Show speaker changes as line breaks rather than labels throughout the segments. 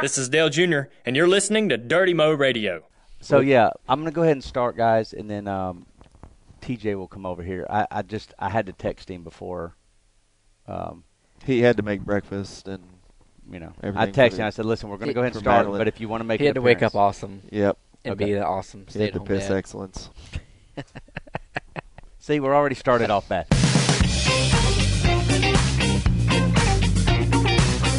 This is Dale Jr., and you're listening to Dirty Mo Radio.
So yeah, I'm gonna go ahead and start, guys, and then um, TJ will come over here. I, I just I had to text him before, um,
He had to make breakfast and
you know, I
Everything
texted
for
him. I said, "Listen, we're gonna
He-
go ahead and
for
start,
Madeline.
but if you want to make
he
an
had to wake up
appearance-
awesome
yep,
and
Okay.
be the awesome
he had to
stay-at-home
piss
dad.
excellence.
See, we're already started off bad.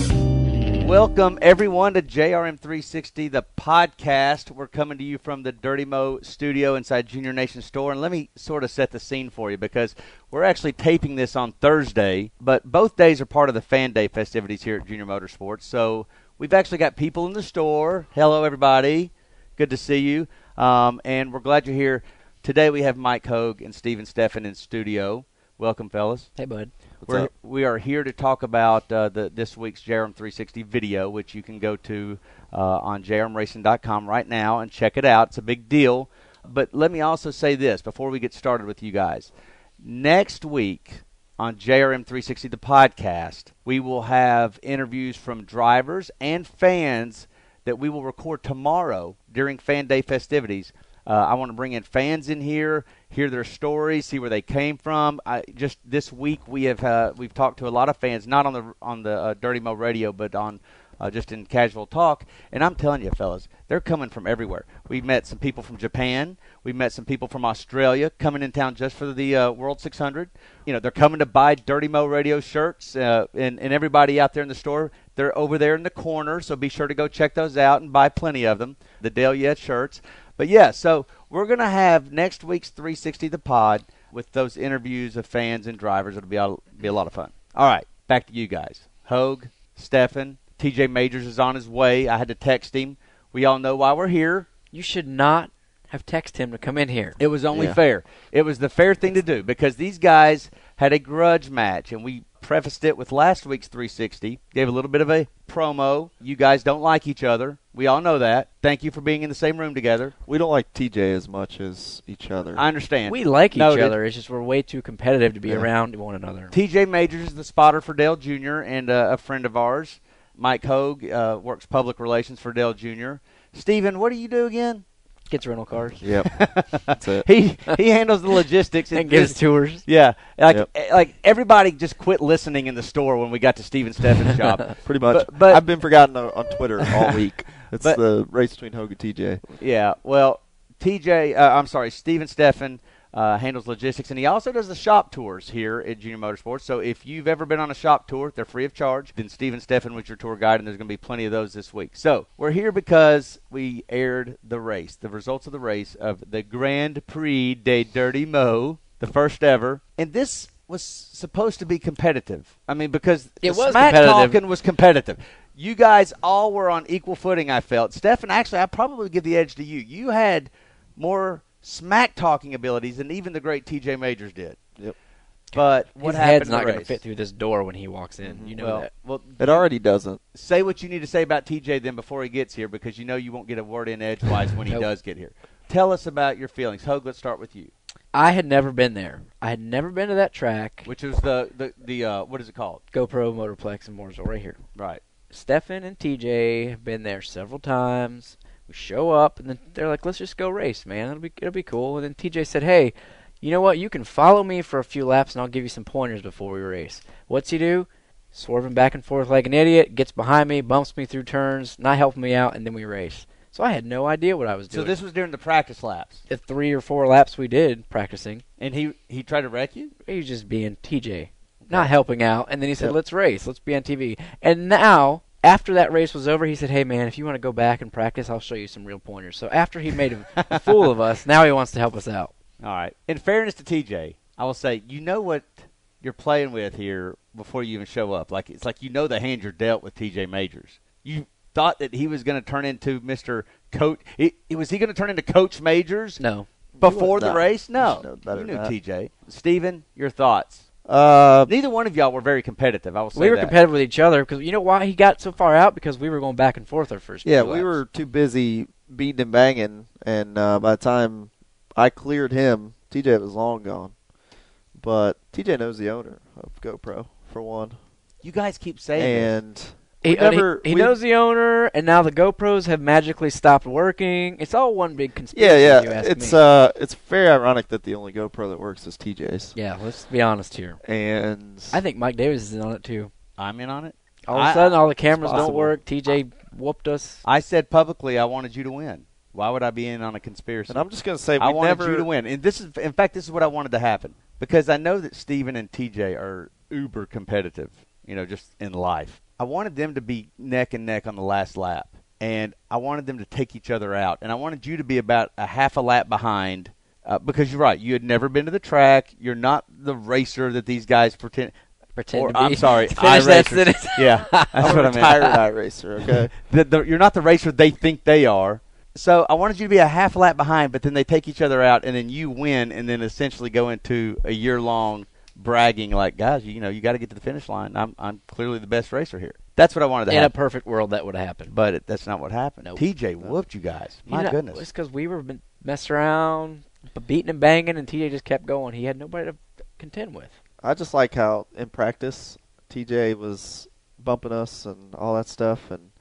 Welcome everyone to JRM 360, the podcast. We're coming to you from the Dirty Mo studio inside Junior Nation store, and let me sort of set the scene for you because we're actually taping this on Thursday, but both days are part of the Fan Day festivities here at Junior Motorsports. So we've actually got people in the store. Hello, everybody. Good to see you, um, and we're glad you're here. Today we have Mike Hogue and Steven Steffen in studio. Welcome, fellas.
Hey, bud.
We're,
up?
We are here to talk about uh, the, this week's JRM 360 video, which you can go to uh, on JRMRacing.com right now and check it out. It's a big deal. But let me also say this before we get started with you guys. Next week on JRM 360, the podcast, we will have interviews from drivers and fans that we will record tomorrow during Fan Day festivities. Uh, I want to bring in fans in here, hear their stories, see where they came from. I, just this week, we have uh, we've talked to a lot of fans, not on the on the uh, Dirty Mo Radio, but on uh, just in casual talk. And I'm telling you, fellas, they're coming from everywhere. We've met some people from Japan. We've met some people from Australia coming in town just for the uh, World 600. You know, they're coming to buy Dirty Mo Radio shirts, uh, and, and everybody out there in the store, they're over there in the corner. So be sure to go check those out and buy plenty of them, the Dale Yet shirts. But yeah, so we're going to have next week's 360 The Pod with those interviews of fans and drivers. It'll be a, be a lot of fun. All right, back to you guys. Hogue, Stefan, TJ Majors is on his way. I had to text him. We all know why we're here.
You should not have texted him to come in here.
It was only
Yeah.
fair. It was the fair thing to do because these guys had a grudge match, and we prefaced it with last week's 360. Gave a little bit of a promo. You guys don't like each other. We all know that. Thank you for being in the same room together.
We don't like TJ as much as each other.
I understand.
We like each
Noted.
other. It's just we're way too competitive to be
Yeah.
around one another.
TJ Majors is the spotter for Dale Jr. and uh, a friend of ours. Mike Hogue uh, works public relations for Dale Jr. Steven, what do you do again?
Gets rental cars
yep, that's it.
He he handles the logistics
and gives tours.
Yeah, like
Yep.
eh, like everybody just quit listening in the store when we got to Steven Steffen's shop.
Pretty much.
But- but-
I've been forgotten uh, on, on Twitter all week. It's
But-
the race between Hogue and TJ.
Yeah, well, TJ, uh, I'm sorry, Steven Steffen uh, handles logistics, and he also does the shop tours here at Junior Motorsports. So if you've ever been on a shop tour, they're free of charge. Then Steven Steffen was your tour guide, and there's going to be plenty of those this week. So we're here because we aired the race, the results of the race of the Grand Prix de Dirty Mo, the first ever, and this was supposed to be competitive. I mean, because
It
the
was
smack
competitive.
talking was competitive. You guys all were on equal footing, I felt. Stefan, actually, I probably give the edge to you. You had more smack talking abilities than even the great TJ Majors did.
Yep.
But what
His
happened?
head's
in
not
the
going to
race? Mm-hmm.
fit through this door when he walks in. You know
well,
that.
well,
It already doesn't.
say what you need to say about TJ then before he gets here, because you know you won't get a word in edgewise when he
Nope.
does get here. Tell us about your feelings, Hogue. Let's start with you,
I had never been there. I had never been to that track.
which was the the, the uh, what is it called?
GoPro, Motorplex, and Mooresville right here.
Right.
Stefan and TJ have been there several times. We show up, and then they're like, "Let's just go race, man. It'll be it'll be cool." And then TJ said, "Hey, you know what? You can follow me for a few laps, and I'll give you some pointers before we race." What's he do? Swerving back and forth like an idiot, gets behind me, bumps me through turns, not helping me out, and then we race. So I had no idea what I was
So
doing.
this was during the practice laps,
the three or four laps we did practicing,
and he he tried to wreck you.
he was just being TJ, not helping out. And then he said,
Yep.
"Let's race. Let's be on TV." And now, after that race was over, he said, "Hey man, if you want to go back and practice, I'll show you some real pointers." So after he made a a fool of us, now he wants to help us out.
All right. In fairness to TJ, I will say you know what you're playing with here before you even show up. Like it's like you know the hand you're dealt with TJ Majors. You thought that he was going to turn into Mr. Coach. It, it- was he going to turn into Coach Majors
No,
before the
No.
race?
You
No.
should know better
You knew
than that.
TJ. Steven, your thoughts?
Uh,
Neither one of y'all were very competitive. I will say
we were
that.
competitive with each other because you know why he got so far out because we were going back and forth our first.
yeah,
few
we
laps.
were too busy beating and banging, and uh, by the time I cleared him, TJ was long gone. But TJ knows the owner of GoPro for one,
You guys keep saying this.
and
He,
We
and he-
never-
he,
we-
knows the owner, and now the GoPros have magically stopped working. It's all one big conspiracy.
Yeah,
You
yeah.
ask
It's
me.
uh, it's very ironic that the only GoPro that works is TJ's.
yeah. Let's be honest here.
And
I think Mike Davis is in on it too.
I'm in on it.
All of
I-
a sudden, all the cameras don't
possible.
work. TJ whooped us.
I said publicly I wanted you to win. Why would I be in on a conspiracy?
and I'm just gonna say we
I wanted
never
you to win, and this is, in fact, this is what I wanted to happen because I know that Steven and TJ are uber competitive, you know, just in life. I wanted them to be neck and neck on the last lap, and I wanted them to take each other out, and I wanted you to be about a half a lap behind. Uh, because you're right, you had never been to the track. You're not the racer that these guys pretend.
Pretend
or,
to be.
I'm sorry,
Finish that
iRacers.
sentence.
Yeah, that's
I'm
what I
a
meant
retired iRacer. Okay.
the, the, you're not the racer they think they are. So I wanted you to be a half lap behind, but then they take each other out, and then you win, and then essentially go into a year long bragging like, guys, you, you know, you got to get to the finish line. I'm I'm clearly the best racer here. That's what I wanted to
In a
happen,
perfect world, that would have happened.
but it, that's not what happened.
Nope.
TJ whooped you guys.
You
My
know,
goodness.
It's because we were been- messed around, b- beating and banging, and TJ just kept going. He had nobody to contend with.
I just like how in practice TJ was bumping us and all that stuff, and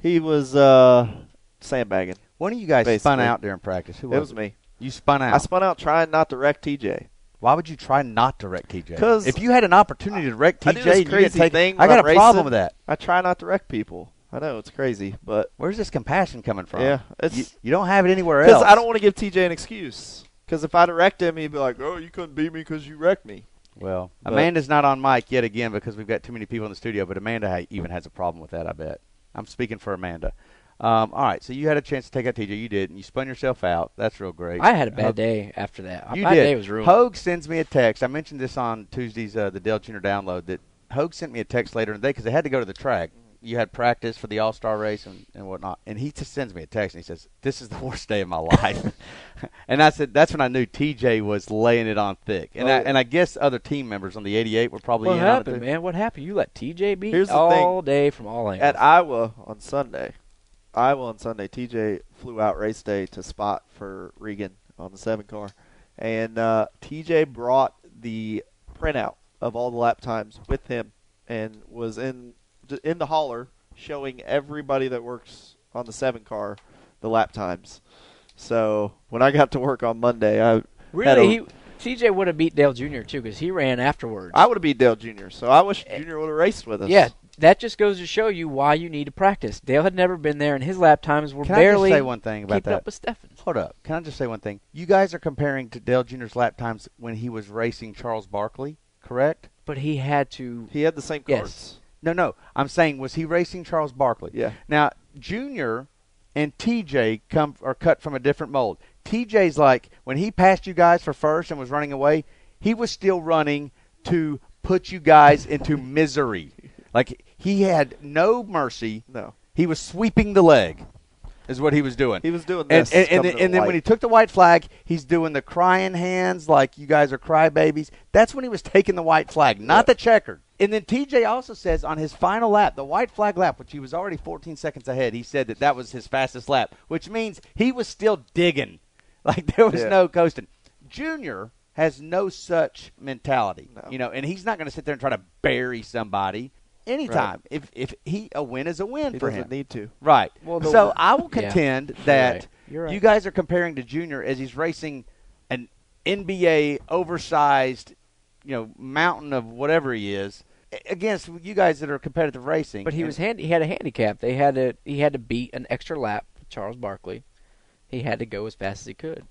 he was uh, sandbagging.
One of you guys spun
Basically.
out during practice. Who
it
was,
was me.
You spun out.
I spun out trying not to wreck TJ.
Why would you try not to wreck TJ?
'Cause
if you had an opportunity to wreck TJ,
I do this
you had
crazy
taken-
thing
I
when
got
I'm
a problem
racing.
with that.
I try not to wreck people. I know it's crazy, but
Where's this compassion coming from?
yeah, it's
You, you don't have it anywhere
Because
else.
I don't want to give TJ an excuse. Because if I'd have wrecked him, he'd be like, "Oh, you couldn't beat me because you wrecked me."
Well,
But-
Amanda's not on mic yet again because we've got too many people in the studio, but Amanda ha- even has a problem with that, I bet. I'm speaking for Amanda. Um, all right, so you had a chance to take out TJ. You did, and you spun yourself out. That's real great.
I had a
Hogue-
bad day after that.
You
My
did.
day was ruined.
Hogue sends me a text. I mentioned this on Tuesday's uh, the Dell Junior download that Hogue sent me a text later in the day because they had to go to the track. You had practice for the All Star race and, and whatnot, and he just sends me a text and he says, "This is the worst day of my life." and I said, "That's when I knew TJ was laying it on thick." And I,
Oh.
and I guess other team members on the 88 were probably
what
in on it
happened,
too.
man? What happened? You let TJ beat
Here's the
all day from all angles.
At Iowa on Sunday, Iowa on Sunday, TJ flew out race day to spot for Regan on the seven car, and uh, TJ brought the printout of all the lap times with him, and was in in the hauler showing everybody that works on the seven car the lap times. So when I got to work on Monday, I
really,
had
he, TJ would have beat Dale Jr. too because he ran afterwards.
I would have beat Dale Jr. So I wish Jr. would have raced with us.
yeah, that just goes to show you why you need to practice. Dale had never been there, and his lap times were
Can I
barely
just say one thing about
keeping
that?
up with Steffens.
Hold up. Can I just say one thing? You guys are comparing to Dale Jr.'s lap times when he was racing Charles Barkley, correct?
But he had to.
He had the same
Yes.
cards.
No, no. I'm saying was he racing Charles Barkley?
Yeah.
Now, Junior and TJ come are cut from a different mold. TJ's like when he passed you guys for first and was running away, he was still running to put you guys into misery. Like he had no mercy.
No.
He was sweeping the leg, is what he was doing.
He was doing
and
this.
and, and,
coming
then,
to
and then
light.
when he took the white flag, he's doing the crying hands like you guys are crybabies. That's when he was taking the white flag, not the checkered. And then TJ also says on his final lap, the white flag lap, which he was already 14 seconds ahead, he said that that was his fastest lap, which means he was still digging. Like there was
Yeah.
no coasting. Junior has no such mentality,
No.
you know, and he's not going to sit there and try to bury somebody anytime. If if he a win is a win
he
for
doesn't
him.
need to.
Right.
Well, the-
so I will
Yeah.
contend
You're
that
right. You're right.
you guys are comparing to Junior as he's racing an NBA oversized, you know, mountain of whatever he is a- against you guys that are competitive racing.
But he
And-
was hand, he had a handicap. They had to he had to beat an extra lap with Charles Barkley. He had to go as fast as he could.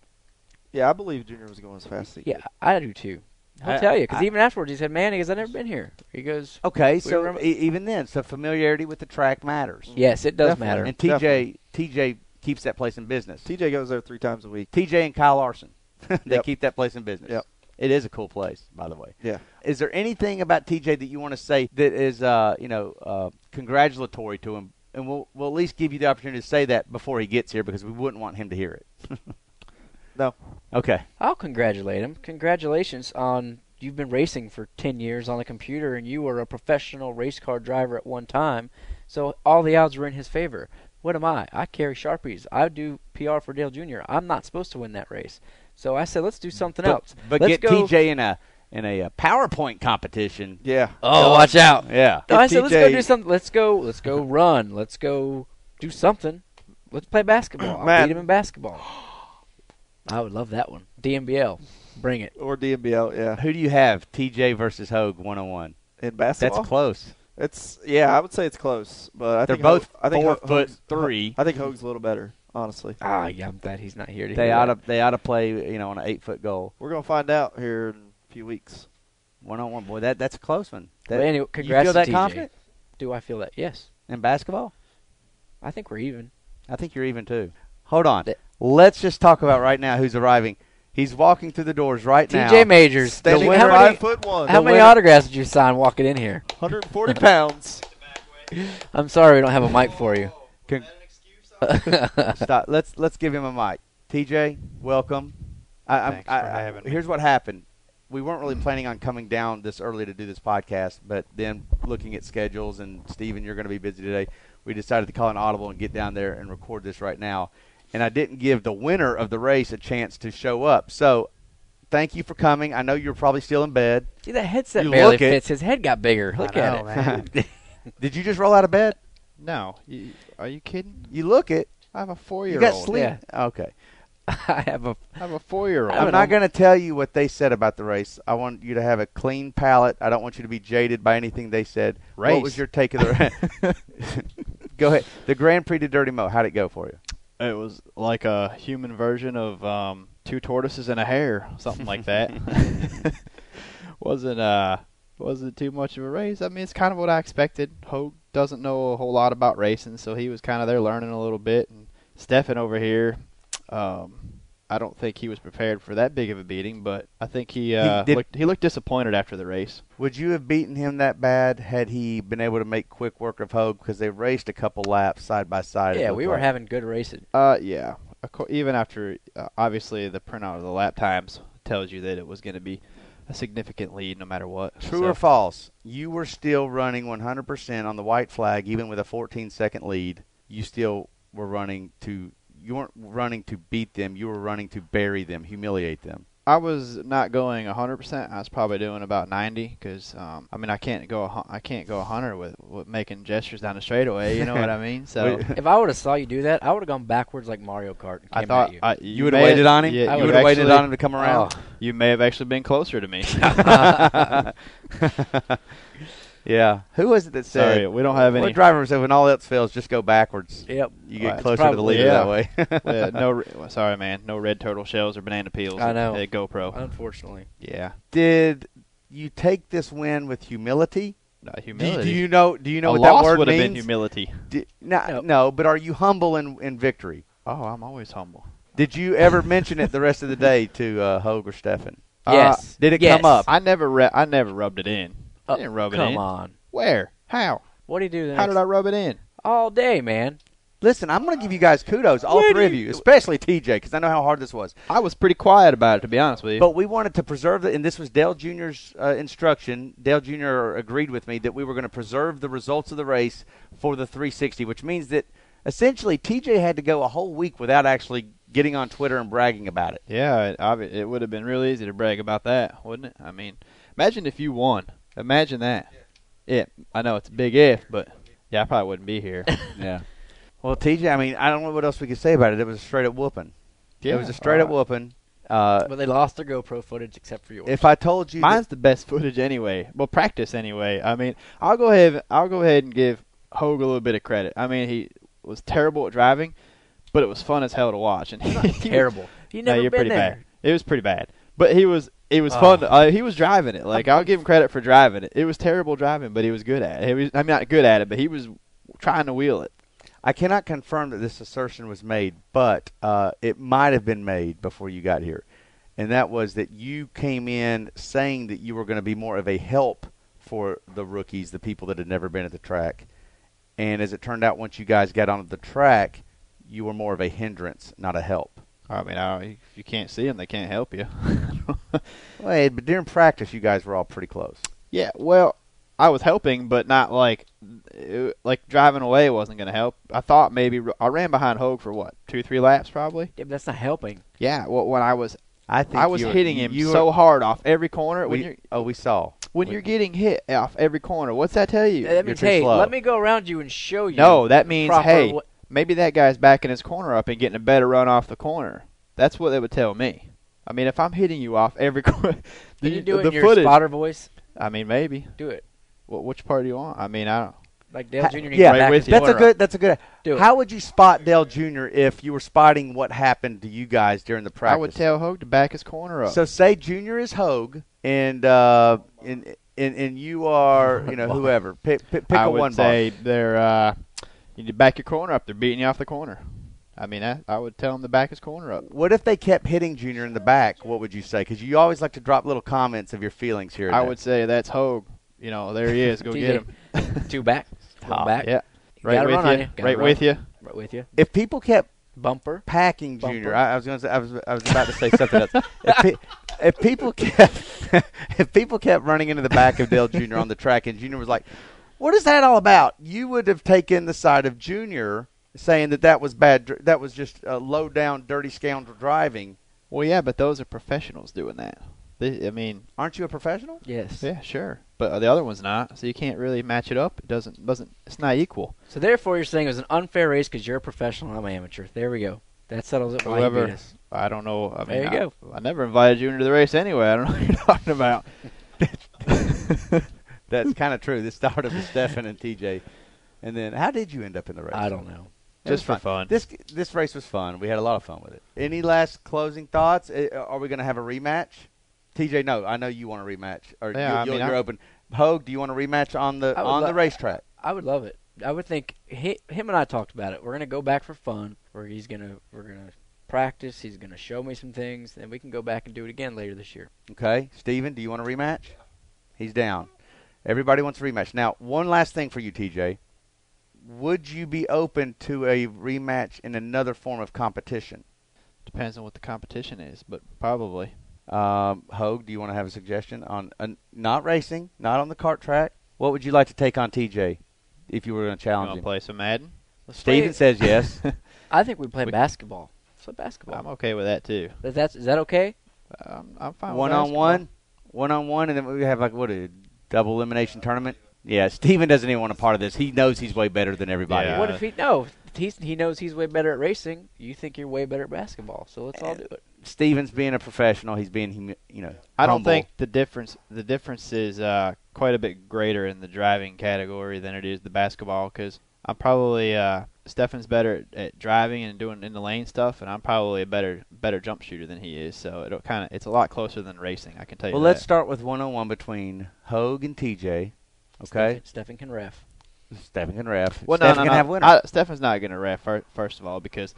Yeah, I believe Junior was going as fast as he
Yeah, I do too. I'll
I-
tell you because
I-
even afterwards he said, "Man," he goes, "I've never been here." He goes,
okay.
We
So
were-
e- even then, so familiarity with the track matters.
"Yes, it does
Definitely.
matter."
And TJ TJ keeps that place in business.
could. TJ goes there three times a week.
TJ and Kyle Larson, they
Yep.
keep that place in business.
Yep.
It is a cool place, by the way.
Yeah.
Is there anything about TJ that you want to say that is, uh, you know, uh, congratulatory to him? And we'll, we'll at least give you the opportunity to say that before he gets here because we wouldn't want him to hear it.
No.
Okay.
I'll congratulate him. Congratulations on you've been racing for 10 years on the computer and you were a professional race car driver at one time. So all the odds were in his favor. What am I? I carry Sharpies. I do PR for Dale Jr. I'm not supposed to win that race. So I said, let's do something else.
But
let's
get
go,
TJ in a in a uh, PowerPoint competition.
Yeah.
Oh, watch out.
Yeah.
No, I said let's go
TJ
do something. Let's go. Let's go run. Let's go do something. Let's play basketball. I'll
Matt.
beat him in basketball. I would love that one. DMBL, bring it.
Or DMBL, yeah.
Who do you have? TJ versus Hogue 101.
In
That's
basketball,
close.
it's yeah. I would say it's close, but I
They're
think Ho-
both
I think
four
Ho-
foot
Hoag's-
three.
I think Hoag's a little better, honestly.
Ah, yeah, I'm glad he's not here. To
They
hear
ought
that.
to they ought to play you know on an eight foot goal.
We're gonna find out here in a few weeks.
One on one. Boy, that that's a close one. That,
But anyway, congrats
you feel
to
that
TJ.
confident
Do I feel that? Yes,
in basketball?
I think we're even.
I think you're even too. Hold on.
That-
Let's just talk about right now who's arriving. He's walking through the doors right now.
TJ Majors.
Standing
the-
at
how many,
five foot one,
how many
winner-
autographs did you sign walking in here?
140 pounds.
I'm sorry, we don't have a mic for you.
Con- Stop. Let's let's give him a mic. TJ, welcome. I, I'm-
Thanks
I,
for
I-
having me.
Here's what happened. We weren't really planning on coming down this early to do this podcast, but then looking at schedules and Steven, you're going to be busy today. We decided to call an audible and get down there and record this right now. And I didn't give the winner of the race a chance to show up. So, thank you for coming. I know you're probably still in bed.
See, that headset
You
barely
look it.
fits. His head got bigger. Look
I
at
know,
it.
man.
Did you just roll out of bed?
no, you, are you kidding?
You look it.
I have a
You
four-year-old.
got sleep.
yeah.
Okay.
I have a.
I have a four-year-old.
I'm not going to tell you what they said about the race. I want you to have a clean palate. I don't want you to be jaded by anything they said. What
Race.
was your take of the Go ahead. The Grand Prix de Dirty Mo, how'd it go for you?
It was like a human version of um, two tortoises and a hare, something like that. wasn't uh, wasn't too much of a race. I mean, it's kind of what I expected. Hogue doesn't know a whole lot about racing, so he was kind of there learning a little bit. And Stefan over here, um, I don't think he was prepared for that big of a beating, but I think he uh,
did-
looked, he looked disappointed after the race.
Would you have beaten him that bad had he been able to make quick work of Hogue? Because they raced a couple laps side by side. it
Yeah,
looked
we were
like.
having good racing.
Uh, yeah. Of cour- Even after, uh, obviously, the printout of the lap times tells you that it was going to be a significant lead no matter what.
True
So,
or false? You were still running 100% on the white flag, even with a 14 second lead. You still were running to. You weren't running to beat them. You were running to bury them, humiliate them.
I was not going 100%. I was probably doing about 90 because, um, I mean, I can't go a hun- I can't go 100 with, with making gestures down the straightaway. You know what I mean? So
We-
If I would have saw you do that, I would have gone backwards like Mario Kart. And came
I thought
at you.
I,
You would have
may-
waited on him.
Yeah,
I
you
would
would Oh. have waited
actually-
on him to come around.
You may have actually been closer to me.
yeah. Who was it that said?
Sorry, we don't have any.
What driver said when all else fails, just go backwards?
Yep.
You
Well,
get
it's
closer to the
probably-
leader
yeah.
that way.
yeah, no, re- well, sorry, man. No red turtle shells or banana peels.
I know.
At
Uh,
GoPro.
Unfortunately,
Yeah.
Did you take this win with humility?
No,
Do you-
humility.
Do, you know? Do you know
a
what that
loss
word
would have
means?
been humility.
Di- no,
No.
no, but are you humble in, in victory?
Oh, I'm always humble.
Did you ever mention it the rest of the day to uh, Hogue or Stefan?
Uh,
yes.
did it
Yes.
come up?
I never re- I never rubbed it in.
Uh,
I didn't rub it
Come
in.
on.
Where? How?
What do you do? The
How
next-
did I rub it in?
All day, man.
Listen, I'm going to give you guys kudos, all
Where
three
do
of
you-
you, especially TJ, because I know how hard this was.
I was pretty quiet about it, to be honest with you.
But we wanted to preserve the, and this was Dale Jr.'s uh, instruction. Dale Jr. agreed with me that we were going to preserve the results of the race for the 360, which means that essentially TJ had to go a whole week without actually getting on Twitter and bragging about it.
yeah, it, obvi- it would have been real easy to brag about that, wouldn't it? I mean, imagine if you won. Imagine that. Yeah, I know it's a big if, but yeah, I probably wouldn't be here.
Yeah. Well, TJ, I mean, I don't know what else we could say about it. It was a straight up whooping.
yeah,
it was a straight up
all right.
whooping. Uh,
But they lost their GoPro footage except for yours.
if I told you, that-
Mine's the best footage anyway. Well, practice anyway. I mean, I'll go ahead. I'll go ahead and give Hogue a little bit of credit. I mean, he was terrible at driving, but it was fun as hell to watch. And he,
Terrible. You
No,
never
you're
been
pretty
there.
bad. It was pretty bad, but he was it was
Oh.
fun. Uh, he was driving it. Like I'll give him credit for driving it. It was terrible driving, but he was good at it. He was, I'm not good at it, but he was trying to wheel it.
I cannot confirm that this assertion was made, but uh, it might have been made before you got here. And that was that you came in saying that you were going to be more of a help for the rookies, the people that had never been at the track. And as it turned out, once you guys got onto the track, you were more of a hindrance, not a help.
I mean, I, if you can't see him, they can't help you.
Well, hey, but during practice, you guys were all pretty close.
yeah, well, I was helping, but not like it, like driving away wasn't going to help. I thought maybe I ran behind Hogue for what two, three laps probably.
Yeah, but that's not helping.
Yeah, well, when I was
I think
I was
you were-
hitting
you-
him
you were-
so hard off every corner. When
we-
you're
oh, we saw.
when
we-
you're getting hit off every corner, what's that tell you?
that means,
too
hey,
slow.
let me go around you and show you.
no, that means
proper
hey,
wa-
maybe that guy's backing his corner up and getting a better run off the corner. That's what they would tell me. I mean, if I'm hitting you off every corner, the,
Can you do it
the
in your
footage.
spotter voice?
I mean, maybe.
Do it.
Wh- which part do you want? I mean, I don't.
Like Dale Jr. needs
yeah,
to back
with
his
you.
That's a
corner up.
good. That's a good.
Do it.
How would you spot Dale Jr. if you were spotting what happened to you guys during the practice?
I would tell Hogue to back his corner up.
So say Junior is Hogue, and uh, and, and and you are you know whoever pick pick, pick
I
a
would
one
say they're uh, you need to back your corner up. They're beating you off the corner. I mean, I, I would tell him to back his corner up.
ball. What if they kept hitting Junior in the back? What would you say? Because you always like to drop little comments of your feelings here. and
I
there.
would say that's Hogue. You know, there he is. Go
TJ,
get him.
Two back. One back.
Oh, Yeah,
gotta
right
run on
with
you.
you.
Gotta
Right
run.
with you.
Right with you.
If people kept
Bumper.
packing
Bumper.
Junior, I, I was going to say I was I was about to say something else. If, pe- if people kept if people kept running into the back of Dale Junior on the track, and Junior was like, "What is that all about?" You would have taken the side of Junior, saying that that was bad. dr- That was just uh, low down, dirty scoundrel driving.
Well, yeah, but those are professionals doing that. They, I mean,
Aren't you a professional?
Yes.
yeah, sure, but the other one's not. So you can't really match it up. It doesn't doesn't. It's not equal.
So therefore, you're saying it was an unfair race because you're a professional. I'm an amateur. There we go. That settles it. why he
However,
beat us.
I don't know. I
There
mean,
you
I, I never invited you into the race anyway. I don't know what you're talking about.
That's kind of true. This started with Stefan and TJ, and then how did you end up in the race?
I don't know.
It was
Just for fun.
This this race was fun. We had a lot of fun with it. Any last closing thoughts? Eh, Are we going to have a rematch? TJ, no, I know you want a rematch. Or
Yeah, I
you,
mean,
are
I-
open. Hogue, do you want a rematch on the
I would
on
lo-
the racetrack?
I would love it. I would think he, him and I talked about it. We're gonna go back for fun. Where he's gonna we're gonna practice. He's gonna show me some things, and we can go back and do it again later this year.
Okay, Steven, do you want a rematch? He's down. Everybody wants a rematch. Now, one last thing for you, TJ. Would you be open to a rematch in another form of competition?
Depends on what the competition is, but probably.
Um, Hogue, do you want to have a suggestion on uh, not racing, not on the kart track? What would you like to take on TJ if you were going to
You
challenge
want to
him?
play some Madden?
Let's
Steven
play-
says yes.
I think we play
We-
basketball. Let's play
I'm
basketball.
okay with that too.
Is that is that okay?
I'm, um, I'm fine. with
one on
basketball.
one, one on one, and then we have like what a double elimination tournament. Yeah, Steven doesn't even want a part of this. He knows he's way better than everybody.
Yeah.
What if he no? He's, he knows he's way better at racing. You think you're way better at basketball, so let's
Eh,
all do it.
Steven's being a professional. He's being, humi- you know,
I don't
humble.
think the difference the difference is uh, quite a bit greater in the driving category than it is the basketball because I'm probably uh, Stefan's better at, at driving and doing in the lane stuff, and I'm probably a better better jump shooter than he is. So it'll kind of it's a lot closer than racing. I can tell you.
Well,
that.
let's start with one on one between Hogue and TJ. Okay,
Stephen, Stephen can ref.
Stephen can ref.
Well,
Stephen
no, no,
can
no.
have winner.
I, Stefan's not going to ref fir- first of all because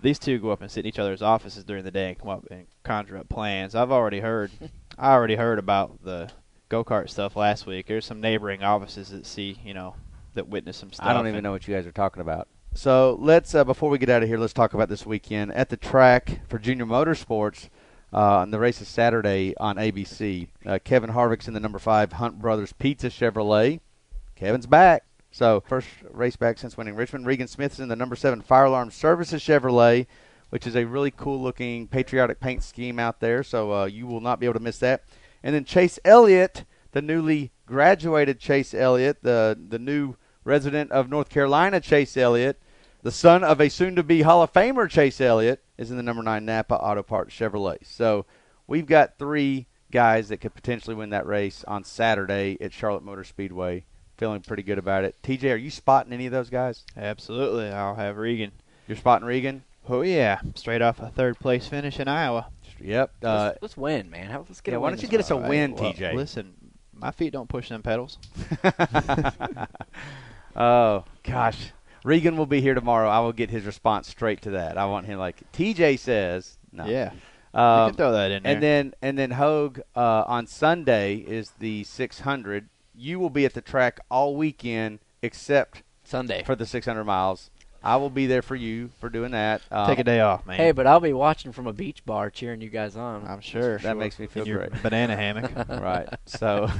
these two go up and sit in each other's offices during the day and come up and conjure up plans. I've already heard. I already heard about the go kart stuff last week. There's some neighboring offices that see, you know, that witness some stuff.
I don't even
and-
know what you guys are talking about. So let's uh, before we get out of here, let's talk about this weekend at the track for Junior Motorsports. Uh, and the race is Saturday on ABC. Uh, Kevin Harvick's in the number five Hunt Brothers Pizza Chevrolet. Kevin's back. So first race back since winning Richmond. Regan Smith's in the number seven Fire Alarm Services Chevrolet, which is a really cool looking patriotic paint scheme out there. So uh, you will not be able to miss that. And then Chase Elliott, the newly graduated Chase Elliott, the the new resident of North Carolina, Chase Elliott, the son of a soon-to-be Hall of Famer, Chase Elliott, is in the number nine Napa Auto Parts Chevrolet. So we've got three guys that could potentially win that race on Saturday at Charlotte Motor Speedway. Feeling pretty good about it. TJ, are you spotting any of those guys?
Absolutely, I'll have Regan.
You're spotting Regan.
Oh yeah, straight off a third place finish in Iowa.
Yep. Uh,
let's, let's win, man. How- Let's get.
yeah,
a
why
win
don't you
this
get us a
All right,
win,
well,
TJ?
Listen, my feet don't push them pedals.
oh gosh, Regan will be here tomorrow. I will get his response straight to that. I want him like TJ says. No.
Yeah, you
Um,
can throw that in there.
And then and then Hogue uh, on Sunday is the 600. You will be at the track all weekend except
Sunday.
for the 600 miles. I will be there for you for doing that. Um,
Take a day off, man.
Hey, but I'll be watching from a beach bar, cheering you guys on.
Uh,
I'm sure
That makes me feel
in your
great.
banana hammock.
right. So,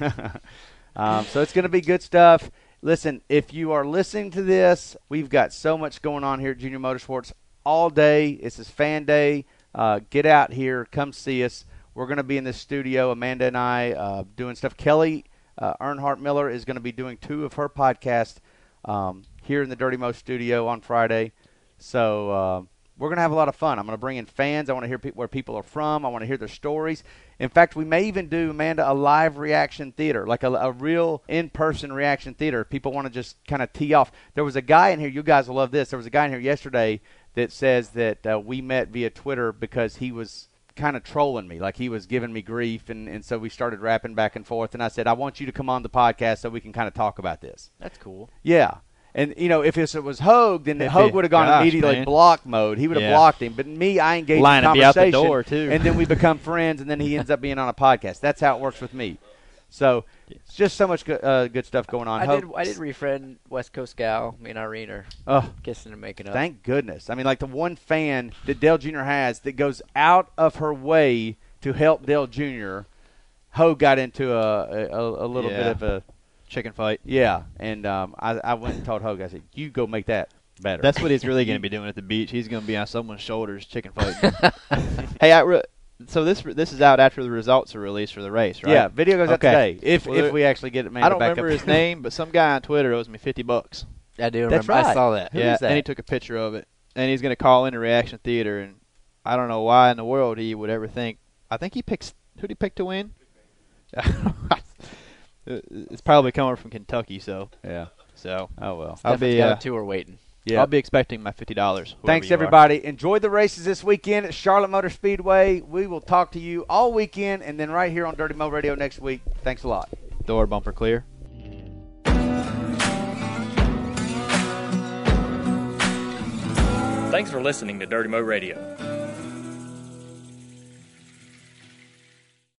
um, so it's going to be good stuff. Listen, if you are listening to this, we've got so much going on here at Junior Motorsports all day. This is fan day. uh, get out here, come see us. We're going to be in the studio, Amanda and I, uh, doing stuff. Kelly uh, Earnhardt Miller is going to be doing two of her podcasts um, here in the Dirty Mo studio on Friday. So uh, we're going to have a lot of fun. I'm going to bring in fans. I want to hear peop where people are from. I want to hear their stories. In fact, we may even do, Amanda, a live reaction theater, like a, a real in person reaction theater. If people want to just kind of tee off. There was a guy in here, you guys will love this. There was a guy in here yesterday that says that uh, we met via Twitter because he was kind of trolling me. Like he was giving me grief. And, and so we started rapping back and forth. And I said, I want you to come on the podcast so we can kind of talk about this.
That's cool.
Yeah. And you know, if it's- it was Hogue, then Hogue would have gone
gosh,
immediately
man.
block mode. He would have
Yeah.
blocked him. But me, I engage in
Lining me out
conversation,
the door, too.
and then we become friends, and then he ends up being on a podcast. That's how it works with me. So, it's just so much good, uh, good stuff going on.
I
Hogue-
did. I did refriend West Coast gal. Me and Irene are
Oh,
kissing and making up.
thank goodness! I mean, like the one fan that Dale Jr. has that goes out of her way to help Dale Jr. Hogue got into a a, a little bit
Yeah.
of a
Chicken fight.
yeah, and um, I I went and told Hogue. I said, "You go make that better."
That's what he's really going to be doing at the beach. He's going to be on someone's shoulders, chicken fighting. hey, I re- so this this is out after the results are released for the race, right?
Yeah, video goes out
Okay.
today. If
Well,
if
there-
we actually get it made
I don't
back
remember
up.
his name, but some guy on Twitter owes me fifty bucks.
I do remember.
That's right.
I saw that.
Who
yeah,
is that?
and he took a picture of it, and he's going to call into Reaction Theater, and I don't know why in the world he would ever think. I think he picks who would he pick to win. it's probably coming from Kentucky, so
yeah.
so
Oh well.
I'll
Stefan's
be
got
uh,
two are waiting.
Yeah.
I'll be expecting my fifty dollars.
Thanks everybody. Enjoy the races this weekend at Charlotte Motor Speedway. We will talk to you all weekend and then right here on Dirty Mo Radio next week. Thanks a lot.
Door bumper clear.
Thanks for listening to Dirty Mo Radio.